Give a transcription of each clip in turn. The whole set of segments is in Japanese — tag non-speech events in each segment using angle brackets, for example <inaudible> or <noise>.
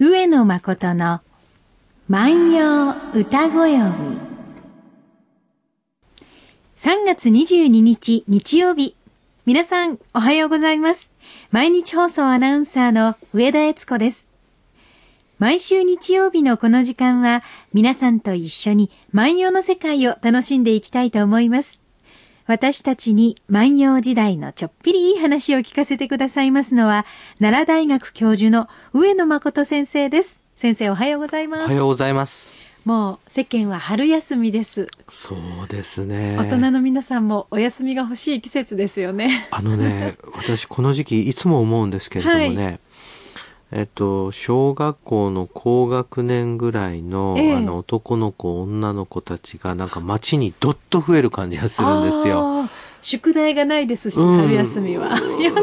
野誠の万葉歌ごよみ。3月22日日曜日。皆さんおはようございます。毎日放送アナウンサーの上田悦子です。毎週日曜日のこの時間は皆さんと一緒に万葉の世界を楽しんでいきたいと思います。私たちに万葉時代のちょっぴりいい話を聞かせてくださいますのは、奈良大学教授の上野誠先生です。先生おはようございます。おはようございます。もう世間は春休みです。そうですね。大人の皆さんもお休みが欲しい季節ですよね。あの <laughs> ね、私この時期いつも思うんですけれどもね、はい、えっと、小学校の高学年ぐらいの,ええ、あの男の子女の子たちがなんか街にどっと増える感じがするんですよ。宿題がないですし、うん、春休みは。 <laughs> よし、遊ぶぞ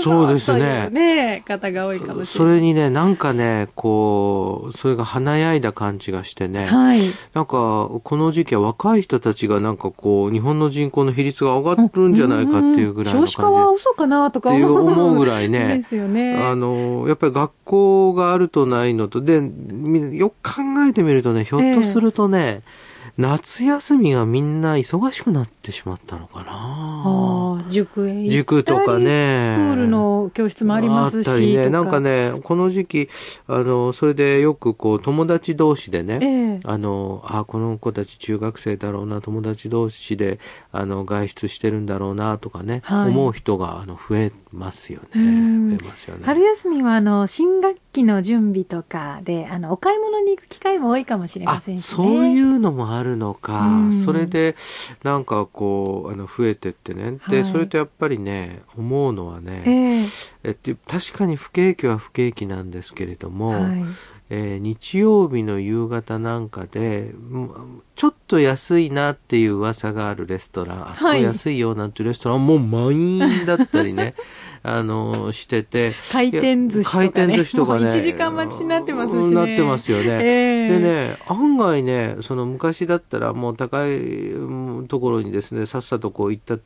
そうですね。ね、方が多いかもしれない。それにね、なんかね、こう、それが華やいだ感じがしてね。はい。なんか、この時期は若い人たちがなんかこう、日本の人口の比率が上がるんじゃないかっていうぐらいの感じ。少子化は嘘かなとか思う。思うぐらいね。 <laughs> ですよね。あの、やっぱり学校があるとないのと、で、よく考えてみるとね、ひょっとするとね、えー夏休みがみんな忙しくなってしまったのかな。塾へ塾とかね。プールの教室もありますし。ね、なんかね、この時期、あの、それでよくこう、友達同士でね、えー、あの、あ、この子たち中学生だろうな、友達同士で、あの、外出してるんだろうな、とかね、はい、思う人が、あの、増えますよね。増えますよね。春休みは、あの、新学期の準備とかで、あの、お買い物に行く機会も多いかもしれませんし、ね、そういうのもあるるのか、うん、それでなんかこうあの増えてってね、で、はい、それとやっぱりね思うのはね、えー、えって確かに不景気は不景気なんですけれども、はい、えー、日曜日の夕方なんかでちょっと安いなっていう噂があるレストランあそこ安いよなんていうレストラン、はい、もう満員だった <laughs> りね。あの、してて。回転寿司とか、ね。回転寿司とかね。 1時間待ちになってますしね。なってますよね。えー、でね、案外ね、その昔だったらもう高いところにですね、さっさとこう行った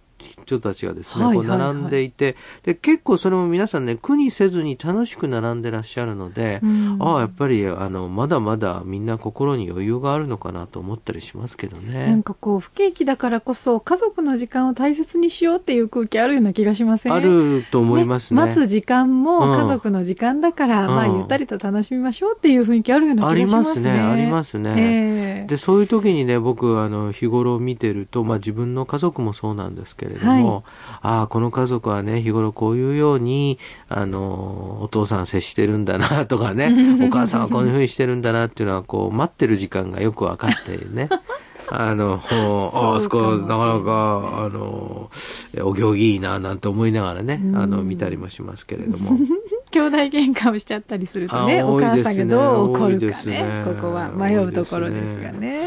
人たちがですね、こう並んでいて、で、結構それも皆さんね、苦にせずに楽しく並んでらっしゃるので、うん、ああ、やっぱり、あの、まだまだみんな心に余裕があるのかなと思ったりしますけどね。なんかこう、不景気だからこそ、家族の時間を大切にしようっていう空気あるような気がしませんあると思いますね、ね、待つ時間も家族の時間だから、うん、まあ、ゆったりと楽しみましょうっていう雰囲気あるような気がしますね。ありますね、ありますね。えー、で、そういう時にね、僕、あの、日頃見てると、まあ、自分の家族もそうなんですけれどはい、ああ、この家族はね、日頃こういうように、あの、お父さん接してるんだな <laughs> とかね、お母さんはこういうふうにしてるんだなっていうのは、こう、待ってる時間がよく分かって <laughs> ね。あの、あそこ、なかなか、あの、お行儀いいな、なんて思いながらね、あの、見たりもしますけれども。兄弟喧嘩をしちゃったりするとね、お母さんがどう怒るかね、ここは迷うところですがね。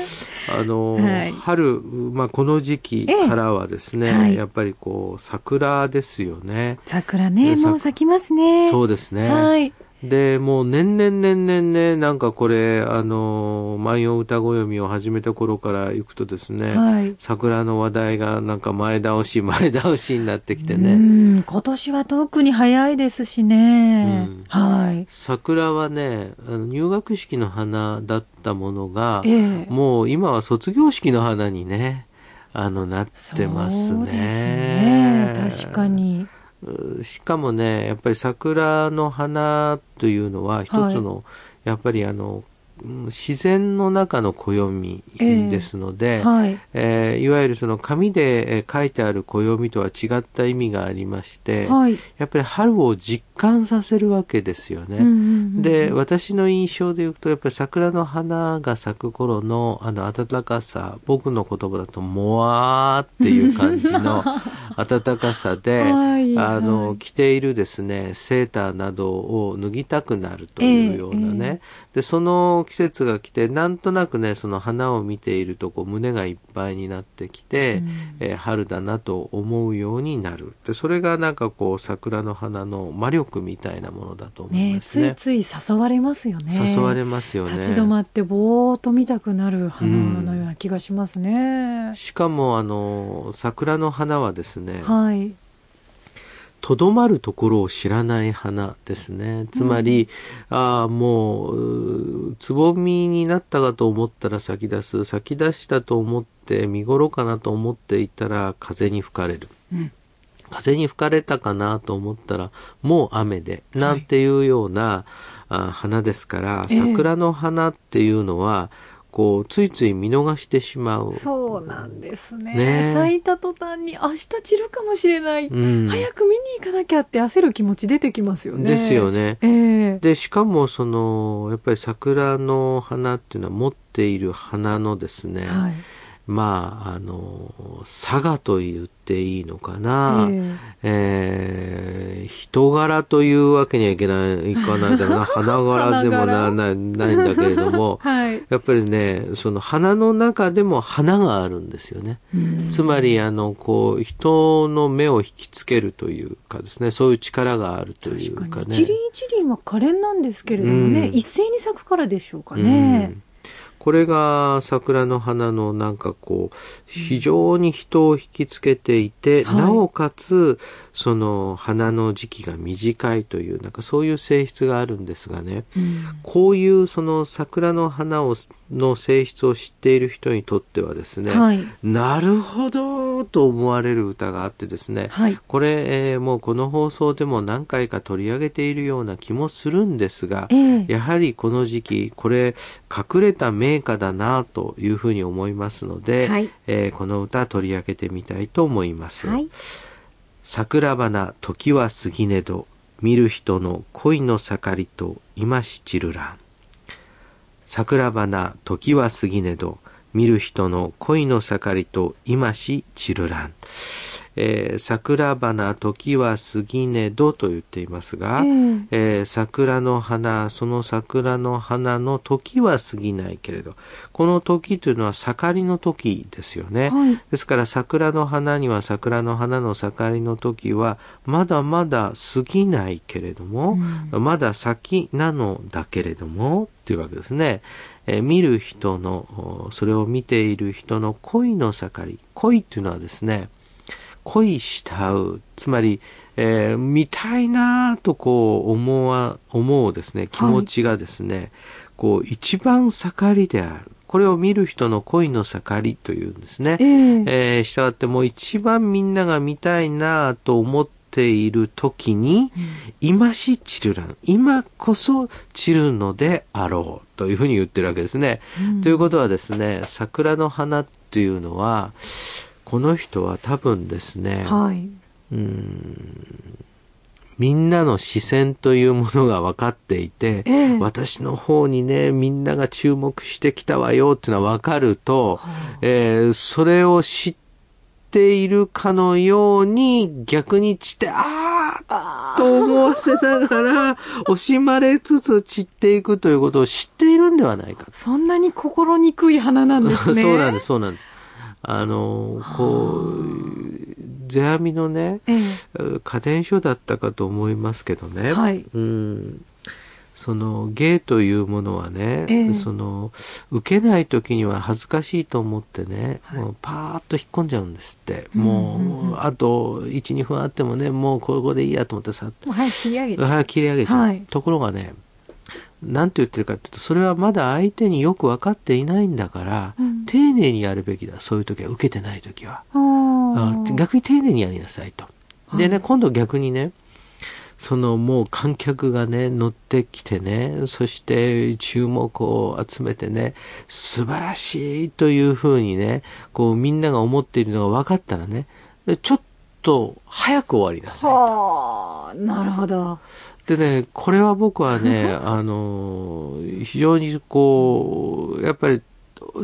あの、春、まあ、この時期からはですね、やっぱりこう、桜ですよね。桜ね、もう咲きますね。そうですね。はい。で、もう年々年々ね、なんかこれ、あの、万葉歌ご読みを始めた頃から行くとですね、はい、桜の話題がなんか前倒し、前倒しになってきてね。うん、今年は特に早いですしね。うん、はい。桜はね、あの入学式の花だったものが、えー、もう今は卒業式の花にね、あの、なってますそね。うですね。確かに。しかもね、やっぱり桜の花というのは一つの、はい、やっぱりあの、自然の中の暦ですので、えー、はいえー、いわゆるその紙で書いてある暦とは違った意味がありまして、はい、やっぱり春を実感させるわけですよね。で、私の印象で言うと、やっぱり桜の花が咲く頃のあの暖かさ、僕の言葉だと、もわーっていう感じ <laughs> の暖かさで、はい、あの、着ているですね、セーターなどを脱ぎたくなるというようなね、えーえー、で、その季節が来てなんとなくねその花を見ているとこう胸がいっぱいになってきて、うん、えー、春だなと思うようになるでそれがなんかこう桜の花の魔力みたいなものだと思いますね、ね、ついつい誘われますよね誘われますよね立ち止まってぼーっと見たくなる花のような気がしますね、うん、しかもあの桜の花はですね、はい、とどまるところを知らない花ですね。つまり、ああ、もう、つぼみになったかと思ったら咲き出す。咲き出したと思って見頃かなと思っていたら風に吹かれる。うん風に吹かれたかなと思ったらもう雨でなんていうような、あ花ですからええ桜の花っていうのは、こうついつい見逃してしまう。そうなんですねねえ咲いた途端に明日散るかもしれない、うん早く見に行かなきゃって焦る気持ち出てきますよねですよね。ええでしかもそのやっぱり桜の花っていうのは持っている花のですね、はいまああの差がと言っていいのかな、えええー人柄というわけにはいけないいかない <laughs> だろうな花柄でもななないんだけれどもはい、やっぱりねその花の中でも花があるんですよね。つまりあのこう人の目を引きつけるというかですねそういう力があるという確かかね。に一輪一輪は可憐なんですけれどもね、うん一斉に咲くからでしょうかねうん、これが桜の花のなんかこう非常に人を引きつけていて、はいなおかつその花の時期が短いというなんかそういう性質があるんですがねうんこういうその桜の花をの性質を知っている人にとってはですね、はいなるほどと思われる歌があってですね、はいこれ、えーもうこの放送でも何回か取り上げているような気もするんですが、ええやはりこの時期、これ、隠れた名家だなというふうに思いますので、はいえーこの歌取り上げてみたいと思います。はい桜花、時は過ぎねど、見る人の恋の盛りと今し散るらん。桜花、時は過ぎねど、見る人の恋の盛りと今し散るらん。えー桜花、時は過ぎねどと言っていますが、えええー桜の花、その桜の花の時は過ぎないけれど、この時というのは盛りの時ですよね。はいですから桜の花には桜の花の盛りの時は、まだまだ過ぎないけれども、まだ先なのだけれども、っていうわけですね。えー見る人の、おそれを見ている人の恋の盛り。恋っていうのはですね、恋したう、つまり、えー見たいなぁとこう思わ、思うですね、気持ちがですね、こう一番盛りである。これを見る人の恋の盛りというんですね。えええー、したがってもう一番みんなが見たいなぁと思っている時に、今し散るらん。今こそ散るのであろう。というふうに言ってるわけですね。ということはですね、桜の花っていうのは、この人は多分ですね、はい、みんなの視線というものが分かっていて、ええ私の方にね、みんなが注目してきたわよっていうのは分かると、えーそれを知っているかのように逆に散って、ああーと思わせながら、惜しまれつつ散っていくということを知っているんではないか。そんなに心にくい花なんですね <laughs> そうなんす、です、そうなんです。あの、こう、世阿弥のね、え家電所だったかと思いますけどね、えはいうんその芸というものはね、ええその受けない時には恥ずかしいと思ってね、もうパーッと引っ込んじゃうんですって、もう,、あと12分あってもねもうここでいいやと思ってさっもう早く切り上げちゃう、はい、切り上げちゃう、はいところがねなんて言ってるかっていうとそれはまだ相手によく分かっていないんだから、うん丁寧にやるべきだそういう時は受けてない時は。あああ逆に丁寧にやりなさいと。でね、今度逆にね、そのもう観客がね、乗ってきてね、そして注目を集めてね、素晴らしいというふうにね、こうみんなが思っているのが分かったらね、ちょっと早く終わりなさい。はあなるほどでね、これは僕はね、あの、非常にこう、やっぱり、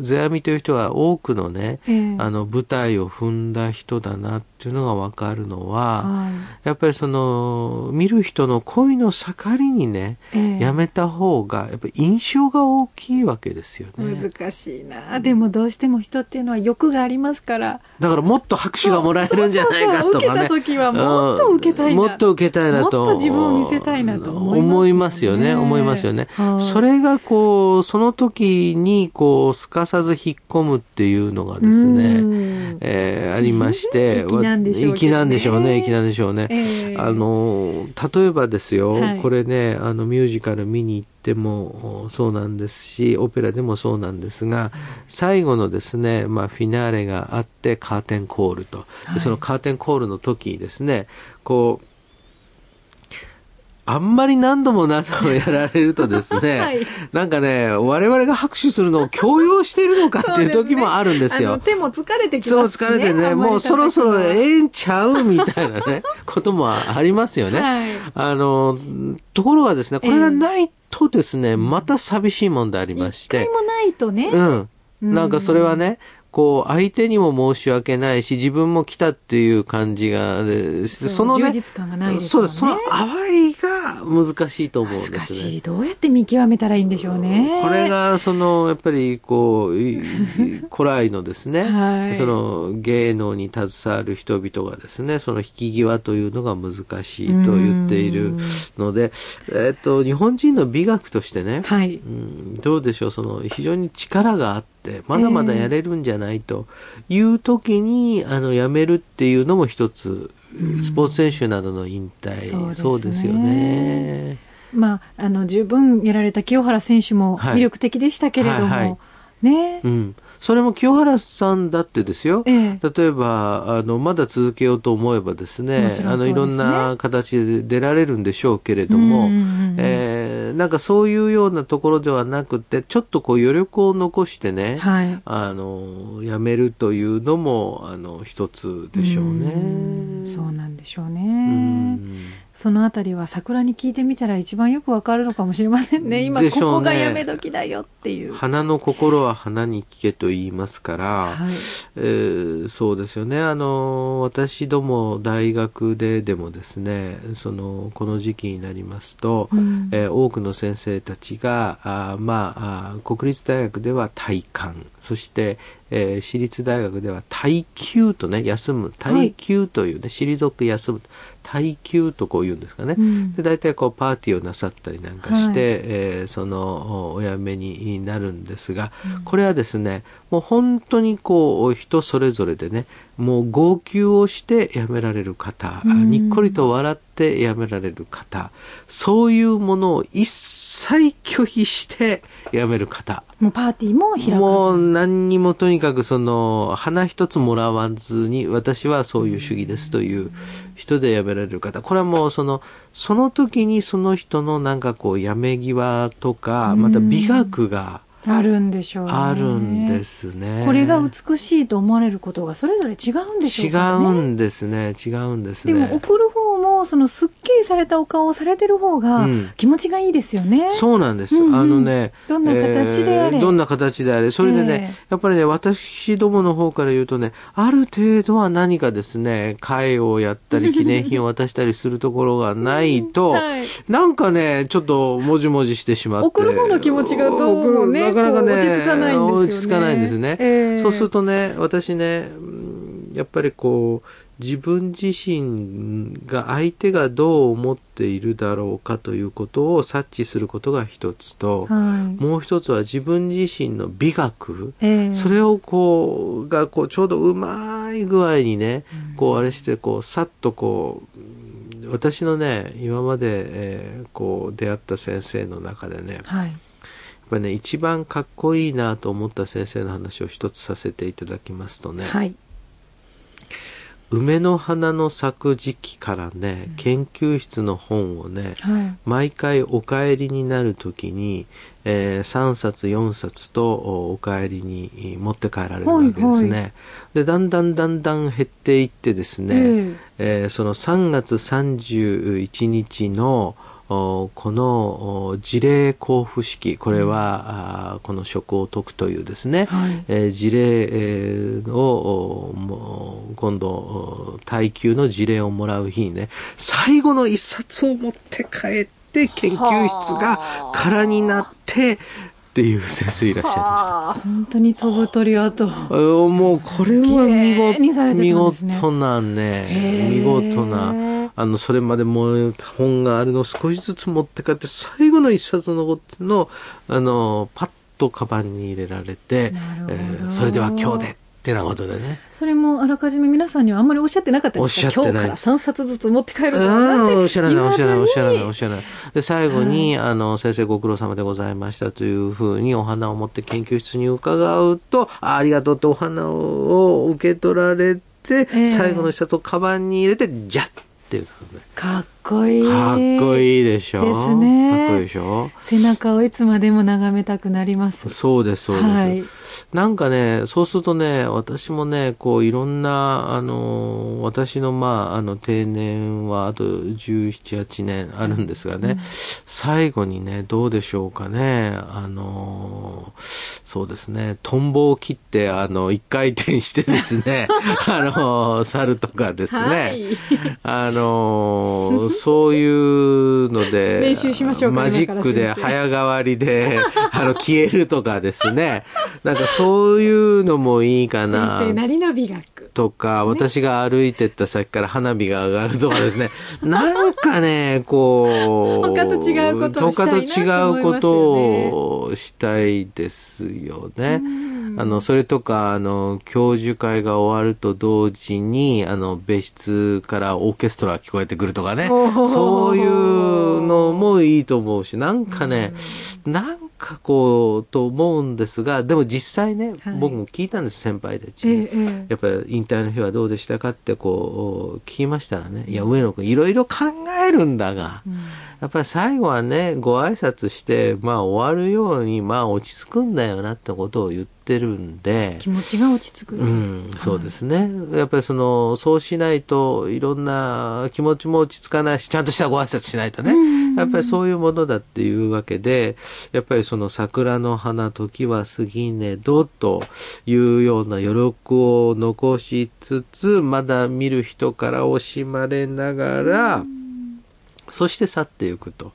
世阿弥という人は多くのね、ええあの舞台を踏んだ人だなっていうのが分かるのは、はやっぱりその見る人の恋の盛りにね、いええやめた方がやっぱり印象が大きいわけですよね。難しいな、でもどうしても人っていうのは欲がありますからだからもっと拍手がもらえるんじゃないかとそうそうそうかね。受けた時はもっと受けたいなうんもっと受けたいなと。もっと自分を見せたいなと思思いいまますすよよねね。思いますよねはい。それがこう、その時にこう、すかさず引っ込むっていうのがですね。うんえーありまして、 <laughs> 粋ななんでしょうね。粋なんでしょうね、粋なんでしょうね。ええあの、例えばですよ、はいこれね、あの、ミュージカル見に行ってもそうなんですし、オペラでもそうなんですが、最後のですね、まあ、フィナーレがあって、カーテンコールと。ではいそのカーテンコールの時にですね、こう、あんまり何度も何度もやられるとですね、 <laughs> はいなんかね、我々が拍手するのを強要しているのかっていう時もあるんですあよの。手も疲れてきそうますしね。疲れてね、あんまりもうそろそろ叩くのはええんちゃうみたいなね、 <laughs> こともありますよね。はいあの、ところがですね、これがないとですね、また寂しいもんでありまし一て。回もないとね。うん。なんかそれはね、こう、相手にも申し訳ないし、自分も来たっていう感じがあるし、そう充実感がないですそもうんねです。その淡いが難しいと思うんですね。難しい。どうやって見極めたらいいんでしょうね。これが、その、やっぱり、こう、い古来のですね、はいその、芸能に携わる人々がですね、その引き際というのが難しいと言っているので、えっと、日本人の美学としてね、はい。うんどうでしょうその非常に力があってまだまだやれるんじゃないという時に、あのやめるっていうのも一つスポーツ選手などの引退、そうですねそうですよね。まあ、あの、十分やられた清原選手もはい魅力的でしたけれども、はいはいねう。ん、それも清原さんだってですよ、ええ例えばあのまだ続けようと思えばですねもちろんあそうですのねいろんな形で出られるんでしょうけれども、うんうんうんえーなんかそういうようなところではなくてちょっとこう余力を残してね、はい。あのやめるというのもあの一つでしょううんね。そうなんでしょうね。うんそのあたりは桜に聞いてみたら一番よくわかるのかもしれませんね。今、でこしょこうねがやめ時だよっていう。花の心は花に聞けと言いますから、はい。えーそうですよねあの私ども大学ででもですねそのこの時期になりますと、うんえー多くの先生たちがあーまああー国立大学では体感そして、えー私立大学では耐久とね休む耐久というね、退く休む耐久とこう言うんですかね、うんで大体こうパーティーをなさったりなんかして、えーそのおお辞めになるんですが、これはですねもう本当にこう人それぞれでねもう号泣をして辞められる方、うんにっこりと笑って辞められる方そういうものを一切拒否して辞める方。もうパーティーも開かず。もう何にもとにかくその花一つもらわずに私はそういう主義ですという人で辞められる方これはもうそのその時にその人のなんかこうやめ際とかまた美学があるんでしょうね。あるんで。すね。これが美しいと思われることがそれぞれ違うんでしょ違うからね。うんですね違うんですでね。も送る方もそのすっきりされたお顔をされてる方がうん気持ちがいいですよね。そうなんです、うんうんあのねどんな形であれえーどんな形であれそれでね、えやっぱりね私どもの方から言うとねある程度は何かですね会をやったり記念品を渡したりするところがないと、 <laughs> はいなんかねちょっともじもじしてしまって送る方の気持ちがどうもね送るなかなかねこう落ち着かないんですよね落ち着かないんですえね、えそうするとね私ねうんやっぱりこう自分自身が相手がどう思っているだろうかということを察知することが一つと、はい。もう一つは自分自身の美学、ええそれをこうがこうちょうどうまい具合にね、こうあれしてこうさっとこううん私のね今まで、えーこう出会った先生の中でねやっはい。ぱりね一番かっこいいなと思った先生の話を一つさせていただきますとね、はい。梅の花の咲く時期からね研究室の本をね、はい。毎回お帰りになる時に、え3冊4冊とおお帰りにえー持って帰られるわけですね。はいはでだんだんだんだん減っていってですね、ええーその3月31日のおこのお事例交付式これは、あーこの職を解くというですね、はいえー事例、えーをおもう今度お耐久の事例をもらう日にね最後の一冊を持って帰って研究室が空になってっていう先生いらっしゃいました。本当に飛ぶ鳥はと。えーもうこれは見綺麗にされ事てたん見ですね事なねへー見事なあのそれまでもう本があるのを少しずつ持って帰って最後の一冊のことのあのパッとカバンに入れられてなるほどえーそれでは今日で」ってなことでね。それもあらかじめ皆さんにはあんまりおっしゃってなかったんですかおっしゃってない今日から3冊ずつ持って帰るぞなんてうん、おっしゃらない、言おっわしずゃにらない、おっしゃらない、おっしゃらない。で、最後に、あの、先生ご苦労様でございましたというふうにお花を持って研究室に伺うと、あありがとうってお花を受け取られて、え最後の一冊をカバンに入れて、じゃっていうのねかっこいい。かっこい。いいでしょ。ですねかっこいいでしょ。背中をいつまでも眺めたくなります。そうです、そうです。はい。なんかね、そうするとね、私もね、こう、いろんな、あの、私の、まあ、あの、定年は、あと17、8年あるんですがね、最後にね、どうでしょうかね、あの、そうですね、トンボを切って、あの、一回転してです <laughs> ね、あの、猿とかですね、はいあの、そういうので、練習しましょうかマジックで今から先生早変わりで、 <laughs> あの、消えるとかですね。なんかそういうのもいいかな。先生なりの美学。とか、私が歩いてった先から花火が上がるとかですね。 <laughs> なんかね、こう。他と違うことをしたいなと思いますよね他と違うことをしたいですよね。あの、それとか、あの、教授会が終わると同時に、あの、別室からオーケストラが聞こえてくるとかね。おーそういうのもいいと思うし、なんかね、なんかこう、と思うんですが、でも実際ね、はい僕も聞いたんです、先輩たちえに。えええやっぱり引退の日はどうでしたかってこう聞きましたらね、いや、上野くんいろいろ考えるんだが、やっぱり最後はね、ご挨拶して、まあ終わるように、まあ落ち着くんだよなってことを言ってるんで、気持ちが落ち着く。うん、そうですね。やっぱりその、そうしないといろんな気持ちも落ち着かないし、ちゃんとしたご挨拶しないとね。やっぱりそういうものだっていうわけで、やっぱりその桜の花時は過ぎねどというような余力を残しつつ、まだ見る人から惜しまれながら、そして去っていくと。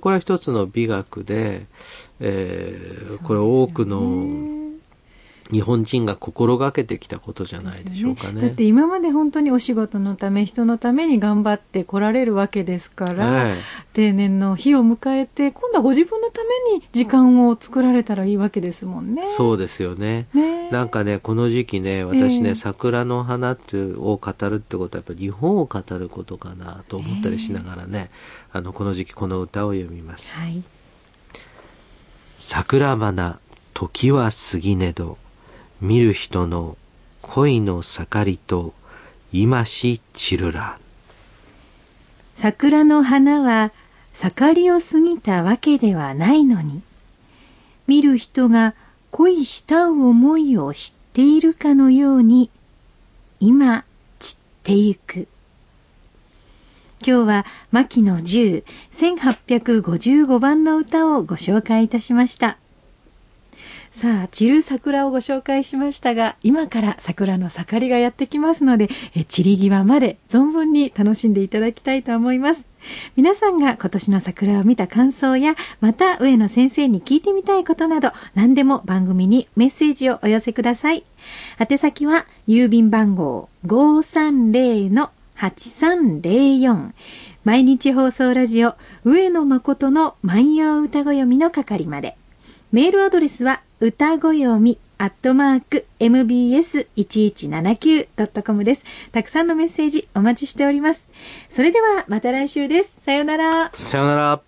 これは一つの美学で、えーこれ多くの日本人が心がけてきたことじゃないでしょうかね。だって今まで本当にお仕事のため人のために頑張ってこられるわけですから、はい定年の日を迎えて今度はご自分のために時間を作られたらいいわけですもんね。そうですよね。ねなんかね、この時期ね、私ね、ええ桜の花っていうを語るってことは、やっぱり日本を語ることかなと思ったりしながらね、あの、この時期この歌を読みます。はい。桜花、時は過ぎねど、見る人の恋の盛りと、今し散るら。桜の花は盛りを過ぎたわけではないのに、見る人が恋したう思いを知っているかのように、今散ってゆく。今日は牧野十1855番の歌をご紹介いたしました。さあ、散る桜をご紹介しましたが、今から桜の盛りがやってきますので、え散り際まで存分に楽しんでいただきたいと思います。皆さんが今年の桜を見た感想や、また上野先生に聞いてみたいことなど、何でも番組にメッセージをお寄せください。宛先は、郵便番号530-8304。毎日放送ラジオ、上野誠の万葉歌ごよみの係まで。メールアドレスは、歌ごよみ、アットマーク、mbs1179.com です。たくさんのメッセージお待ちしております。それでは、また来週です。さようなら。さよなら。